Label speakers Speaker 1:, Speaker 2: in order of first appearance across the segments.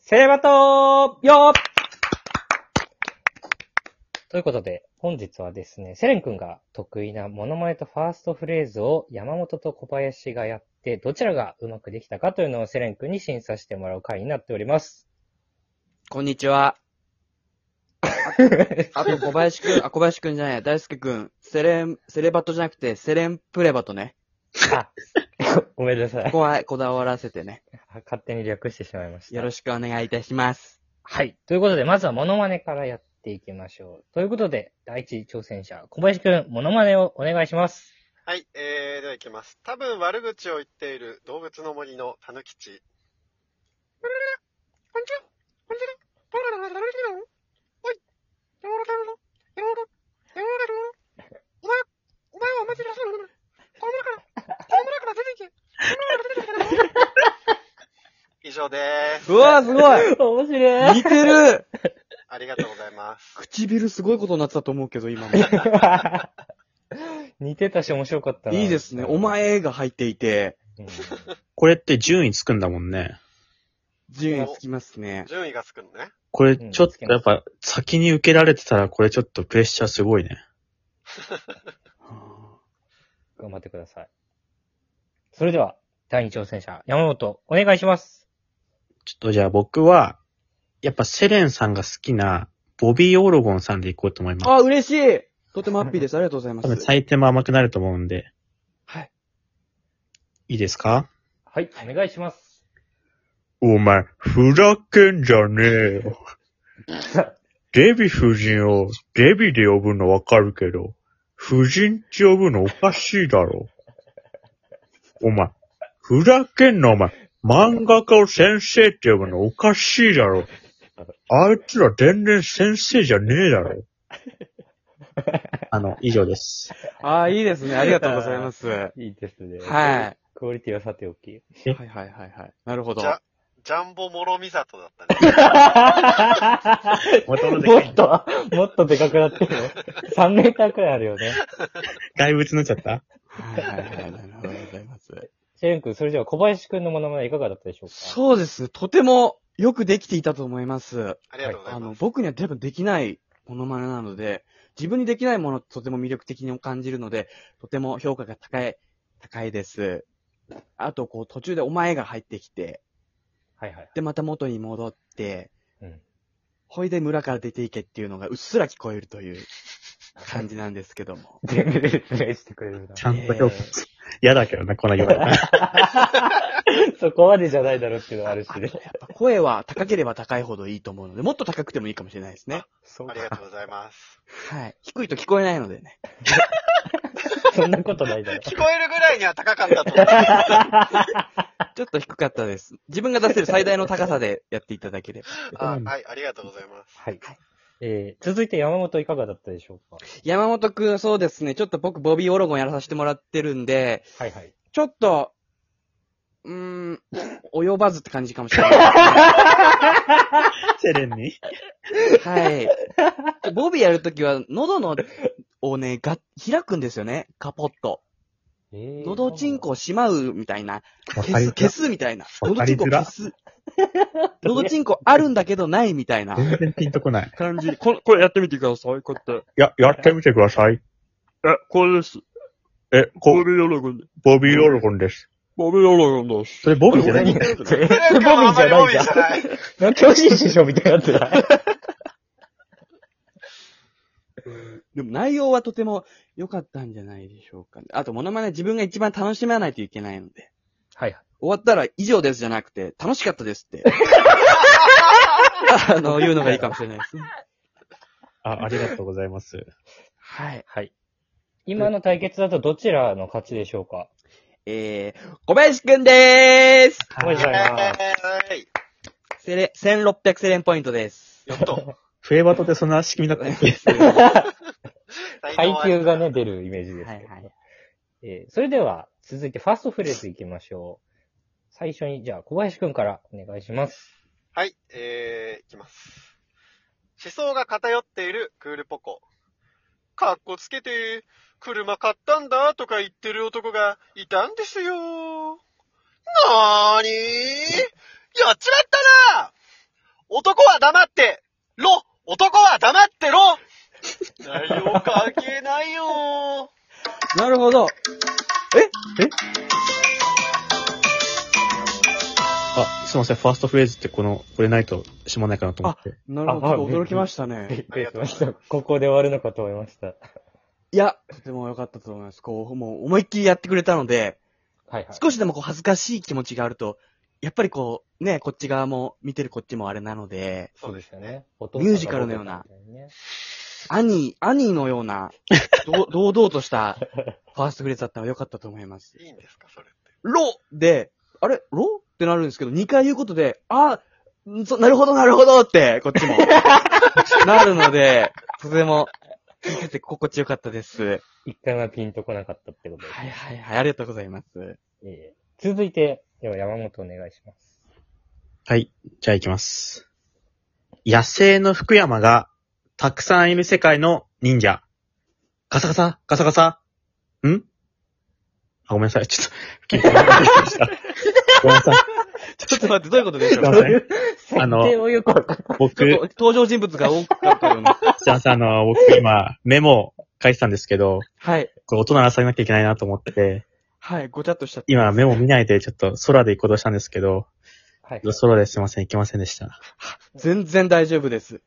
Speaker 1: セレバトーよーということで、本日はですね、セレン君が得意なモノマネとファーストフレーズを山本と小林がやって、どちらがうまくできたかというのをセレン君に審査してもらう回になっており ます。
Speaker 2: こんにちは。あと小林くん、あ、小林くんじゃないや、大輔くん。セレン、セレバトじゃなくて、セレンプレバトね。
Speaker 1: あ、ごめんなさ
Speaker 2: こ
Speaker 1: い。
Speaker 2: こはこだわらせてね。
Speaker 1: 勝手に略してしまいました。
Speaker 2: よろしくお願いいたします。
Speaker 1: はい。ということで、まずはモノマネからやっていきましょう。ということで、第一挑戦者、小林君、モノマネをお願いします。
Speaker 3: はい、えー、では行きます。多分悪口を言っている動物の森のたぬきち。こんにちは。こんにちは。どうなのたぬきちなのおい。やめろ、やめろ。やめろ。やめろ、お前、お前はお待ちなさい。この村から、この村から出ていけ。この村から出ていけ。以上でーす。
Speaker 2: うわーすご
Speaker 1: 面白
Speaker 2: い似てる
Speaker 3: ありがとうございます。
Speaker 2: 唇すごいことになってたと思うけど、今も。
Speaker 1: 似てたし面白かったな。
Speaker 2: いいですね。お前が入っていて、
Speaker 1: うん。
Speaker 4: これって順位つくんだもんね。
Speaker 2: 順位つきますね。
Speaker 3: 順位がつくのね。
Speaker 4: これちょっとやっぱ先に受けられてたらこれちょっとプレッシャーすごいね。
Speaker 2: は
Speaker 1: 頑張ってください。それでは、第二挑戦者、山本、お願いします。
Speaker 4: ちょっとじゃあ僕は、やっぱセレンさんが好きなボビー・オロゴンさんでいこうと思い
Speaker 2: あ
Speaker 4: ます。
Speaker 2: あ、嬉しいとてもハッピーです。ありがとうございま
Speaker 4: 多分
Speaker 2: す。
Speaker 4: 採点も甘くなると思うんで。
Speaker 2: はい。
Speaker 4: いいですか
Speaker 1: はい、お願いします。
Speaker 4: お前、ふざけんじゃねえよ。デヴィ夫人をデヴィで呼ぶのわかるけど、夫人って呼ぶのおかしいだろ。お前、ふざけんなお前、漫画家を先生って呼ぶのおかしいだろ。あいつら全然先生じゃねえだろ。あの、以上です。
Speaker 2: ああ、いいですね。ありがとうござい ます。は い
Speaker 1: いいですね。。
Speaker 2: い。はい
Speaker 1: クオリティはさてお き。
Speaker 2: いはいはいはい。なるほど
Speaker 3: じ。ゃ、ジャンボモロミザトだったね。
Speaker 4: もとも
Speaker 1: もっと、もっとでかくなってるの ?3 メーターくらいあるよね。
Speaker 4: 大仏になっちゃった
Speaker 2: はいはいはい。なるほど。ございます。
Speaker 1: シェレン君、それでは小林君のモノマネいかがだったでしょうか
Speaker 2: そうですね。とてもよくできていたと思います。
Speaker 3: ありがとうござ
Speaker 2: あ
Speaker 3: いま
Speaker 2: の、
Speaker 3: す。
Speaker 2: 僕には多分できないものまねなので、自分にできないものってとても魅力的に感じるので、とても評価が高い、高いです。あと、こう、途中でお前が入ってきて、
Speaker 1: はいはい。
Speaker 2: で、また元に戻って、
Speaker 1: うん。
Speaker 2: ほいで村から出ていけっていうのがうっすら聞こえるという感じなんですけども
Speaker 1: 全部説明してくれるな。
Speaker 4: ちゃんと評価。嫌だけどな、この言われたら
Speaker 1: そこまでじゃないだろうっていうのはあるし
Speaker 2: あとや
Speaker 1: ね
Speaker 2: っ。ぱ声は高ければ高いほどいいと思うので、もっと高くてもいいかもしれないですね。
Speaker 1: そ
Speaker 3: あ りがとうございます。
Speaker 2: はい。低いと聞こえないのでね。
Speaker 1: そんなことないだろ。
Speaker 3: 聞こえるぐらいには高かったと思う。
Speaker 2: ちょっと低かったです。自分が出せる最大の高さでやっていただければ。
Speaker 3: あ、はい、ありがとうございます。
Speaker 1: はい。えー、続いて山本いかがだったでしょうか
Speaker 2: 山本くん、そうですね。ちょっと僕、ボビーオロゴンやらさせてもらってるんで、
Speaker 1: はいはい。
Speaker 2: ちょっと、うーん、及ばずって感じかもしれ ない。
Speaker 4: セレンに
Speaker 2: はい。ボビーやるときは、喉の、をね、が、開くんですよね。カポッと。
Speaker 1: えー
Speaker 2: 喉チンコをしまうみたいな。
Speaker 4: わ
Speaker 2: 消
Speaker 4: かり
Speaker 2: す、
Speaker 4: づら
Speaker 2: 消すみたいな。
Speaker 4: わ
Speaker 2: 喉
Speaker 4: か
Speaker 2: チ
Speaker 4: り
Speaker 2: ンコ
Speaker 4: づら
Speaker 2: 消す。喉チンコあるんだけどないみたいな
Speaker 4: 全然ピンとこない。
Speaker 2: 感じ。ここれやってみてください。こうやって。
Speaker 4: や、やってみてください。
Speaker 2: え、これです。
Speaker 4: え、こ、
Speaker 2: ビーオロゴンで。
Speaker 4: ボビー・オロゴンです。
Speaker 2: ボビーオロゴンです。
Speaker 4: それボビーじゃない
Speaker 1: 何
Speaker 4: んだよ。
Speaker 1: それ
Speaker 3: そ
Speaker 1: ボビーじゃないじゃん。
Speaker 3: ないじゃん。
Speaker 1: なん巨人師匠みたいになってない
Speaker 2: でも内容はとても良かったんじゃないでしょうか、あと、モノマネ自分が一番楽しまないといけないので。
Speaker 1: はい。
Speaker 2: 終わったら以上ですじゃなくて、楽しかったです って。あの、言うのがいいかもしれないですね。
Speaker 4: あ、ありがとうございます。
Speaker 2: はい。
Speaker 1: はい。今の対決だとどちらの勝ちでしょうか
Speaker 2: えー、小林くんでーす
Speaker 1: おめでとうございます。
Speaker 3: はい。
Speaker 2: セレ、1600セレンポイントです。
Speaker 3: やっと。
Speaker 4: フェーバートってそんな仕組みだったっけ
Speaker 1: 階級がね、
Speaker 3: ね。
Speaker 1: 出るイメージですけど。
Speaker 2: はいはい
Speaker 1: えーそれでは、続いてファーストフレーズいきましょう。最初に、じゃあ、小林くんからお願いします。
Speaker 3: はい、えー、いきます。思想が偏っているクールポコ。かっこつけて、車買ったんだとか言ってる男がいたんですよ。なーにーやっちまったな
Speaker 5: 男は黙ってろ男は黙ってろ内容関係ないよー。
Speaker 2: なるほど。
Speaker 4: あ、すいません、ファーストフレーズってこの、これないとしまないかなと思って。
Speaker 2: なるほど。
Speaker 1: あ
Speaker 2: ちょっと驚きましたね。
Speaker 1: びっくりしました。ここで終わるのかと思いました。
Speaker 2: いや、とても良かったと思います。こう、もう思いっきりやってくれたので、
Speaker 1: はいはい。
Speaker 2: 少しでもこう恥ずかしい気持ちがあると、やっぱりこう、ね、こっち側も、見てるこっちもあれなので、
Speaker 5: そうですよね。
Speaker 1: ミ
Speaker 2: ミュージカルのような。兄、兄のような、どう堂々とした、ファーストフレーズだったのが良かったと思います。
Speaker 5: いいんですか、それって。
Speaker 2: ロで、あれロってなるんですけど、2回言うことで、あ、んそなるほど、なるほどって、こっちも。なるので、とても、聞いてて心地よかったです。
Speaker 1: 一回はピンとこなかったってことです。
Speaker 2: はいはいはい、ありがとうございます。
Speaker 1: えー続いて、では山本お願いします。
Speaker 4: はい。じゃあ行きます。野生の福山が、たくさんいる世界の忍者。ガサガサガサガサんあ、ごめんなさい。ちょっと、ごめんなさい。
Speaker 2: ちょっと待って、どういうことでしょう
Speaker 4: どう
Speaker 2: か
Speaker 4: いうあの
Speaker 1: 設定をよくわかんない
Speaker 4: 僕、
Speaker 2: ちょっと登場人物が多かったような。
Speaker 4: じゃあさ、あの、僕今、メモ書いてたんですけど、
Speaker 2: はい。
Speaker 4: これ音鳴らさなきゃいけないなと思って、
Speaker 2: はい、ごちゃっとしちゃった。
Speaker 4: 今メモ見ないでちょっと空で行こうとしたんですけど、
Speaker 1: はい。
Speaker 4: 空ですいません、行けませんでした。
Speaker 2: 全然大丈夫です。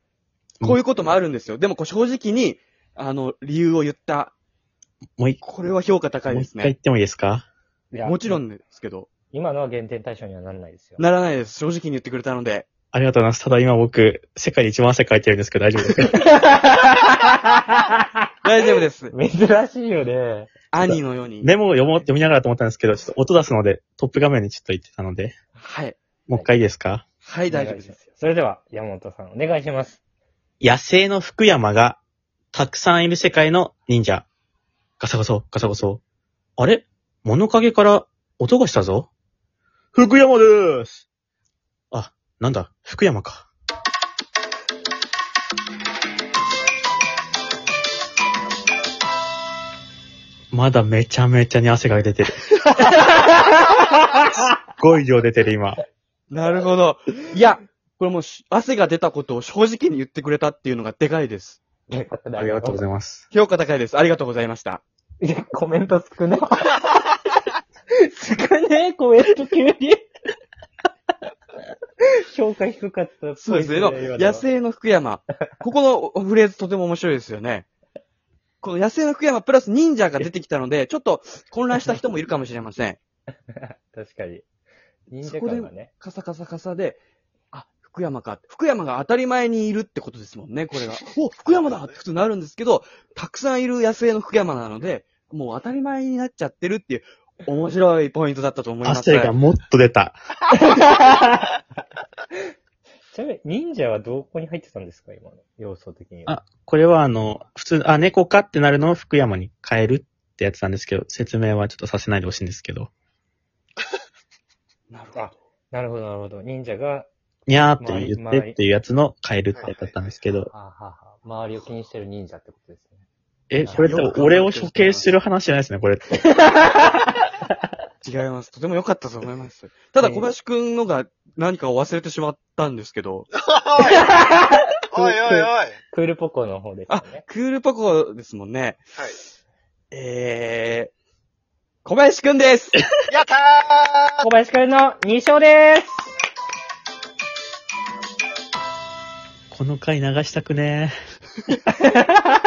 Speaker 2: こういうこともあるんですよ。でも、こう正直に、あの、理由を言った。
Speaker 4: もう一
Speaker 2: これは評価高
Speaker 4: 回、
Speaker 2: い
Speaker 4: も
Speaker 2: で
Speaker 4: う一
Speaker 2: す
Speaker 4: 回言っ
Speaker 2: ね。
Speaker 4: てもいいですか
Speaker 1: いや
Speaker 2: もちろんですけど、
Speaker 1: 今のは減点対象にはならないですよ。
Speaker 2: ならないです。正直に言ってくれたので。
Speaker 4: ありがとうございます。ただ今僕、世界で一番汗かいてるんですけど大丈夫ですか
Speaker 2: 大丈夫です。
Speaker 1: 珍しいよね。
Speaker 2: 兄のように。
Speaker 4: メモを読もう読みながらと思ったんですけど、ちょっと音出すので、トップ画面にちょっと行ってたので、
Speaker 2: はい。
Speaker 4: もう一回いいですか
Speaker 2: はい、大丈夫
Speaker 1: お願い
Speaker 2: です。
Speaker 1: します。それでは、山本さんお願いします。
Speaker 4: 野生の福山が、たくさんいる世界の忍者。ガサゴソ、ガサゴソ。あれ物陰から音がしたぞ福山でーすあ、なんだ、福山か。まだめちゃめちゃに汗が出 てる。すっごい量出てる今。
Speaker 2: なるほど。いや、これもうし、汗が出たことを正直に言ってくれたっていうのがでかいです。
Speaker 4: ありがとうございます。
Speaker 2: 評価高いです。ありがとうございました。
Speaker 1: いや、コメント少ない。少ねえ、コメント急に。評価低かったっぽい
Speaker 2: そうですね。
Speaker 1: 今のは
Speaker 2: 野生の福 山。ここのフレーズとても面白いですよね。この野生の福山プラス忍者が出てきたので、ちょっと混乱した人もいるかもしれません。
Speaker 1: 確かに。忍者感がね。
Speaker 2: カサカサカサで、あ、福山か。福山が当たり前にいるってことですもんね、 これが。お、福山だって普通なるんですけど、たくさんいる野生の福山なので、もう当たり前になっちゃってるっていう、面白いポイントだったと思います。
Speaker 4: 汗がもっと出た。
Speaker 1: ちなみに、忍者はどこに入ってたんですか今の要素的には。
Speaker 4: あ、これはあの、普通、あ、猫かってなるのを福山に変えるってやつなんですけど、説明はちょっとさせないでほしいんですけど、
Speaker 2: なるほ
Speaker 1: あ、なるほど、なるほど。忍者が、
Speaker 4: にゃーって言
Speaker 1: まあ
Speaker 4: っ
Speaker 1: まあ
Speaker 4: てっていうやつの変えるってやつだったんですけど、
Speaker 1: はあはあはあ周りを気にしてる忍者ってことですね。
Speaker 4: え、これって俺を処刑する話じゃないですね、これって。
Speaker 2: ど。違います。とても良かったと思います。ただ小林くんのが何かを忘れてしまったんですけ
Speaker 5: お
Speaker 2: ど、
Speaker 5: いおいおいおい。はい。
Speaker 1: クールポコの方ですよね。
Speaker 2: クールポコですもんね。えー、小林くんです
Speaker 5: やったー
Speaker 1: 小林くんの2勝です
Speaker 4: この回流したくねー。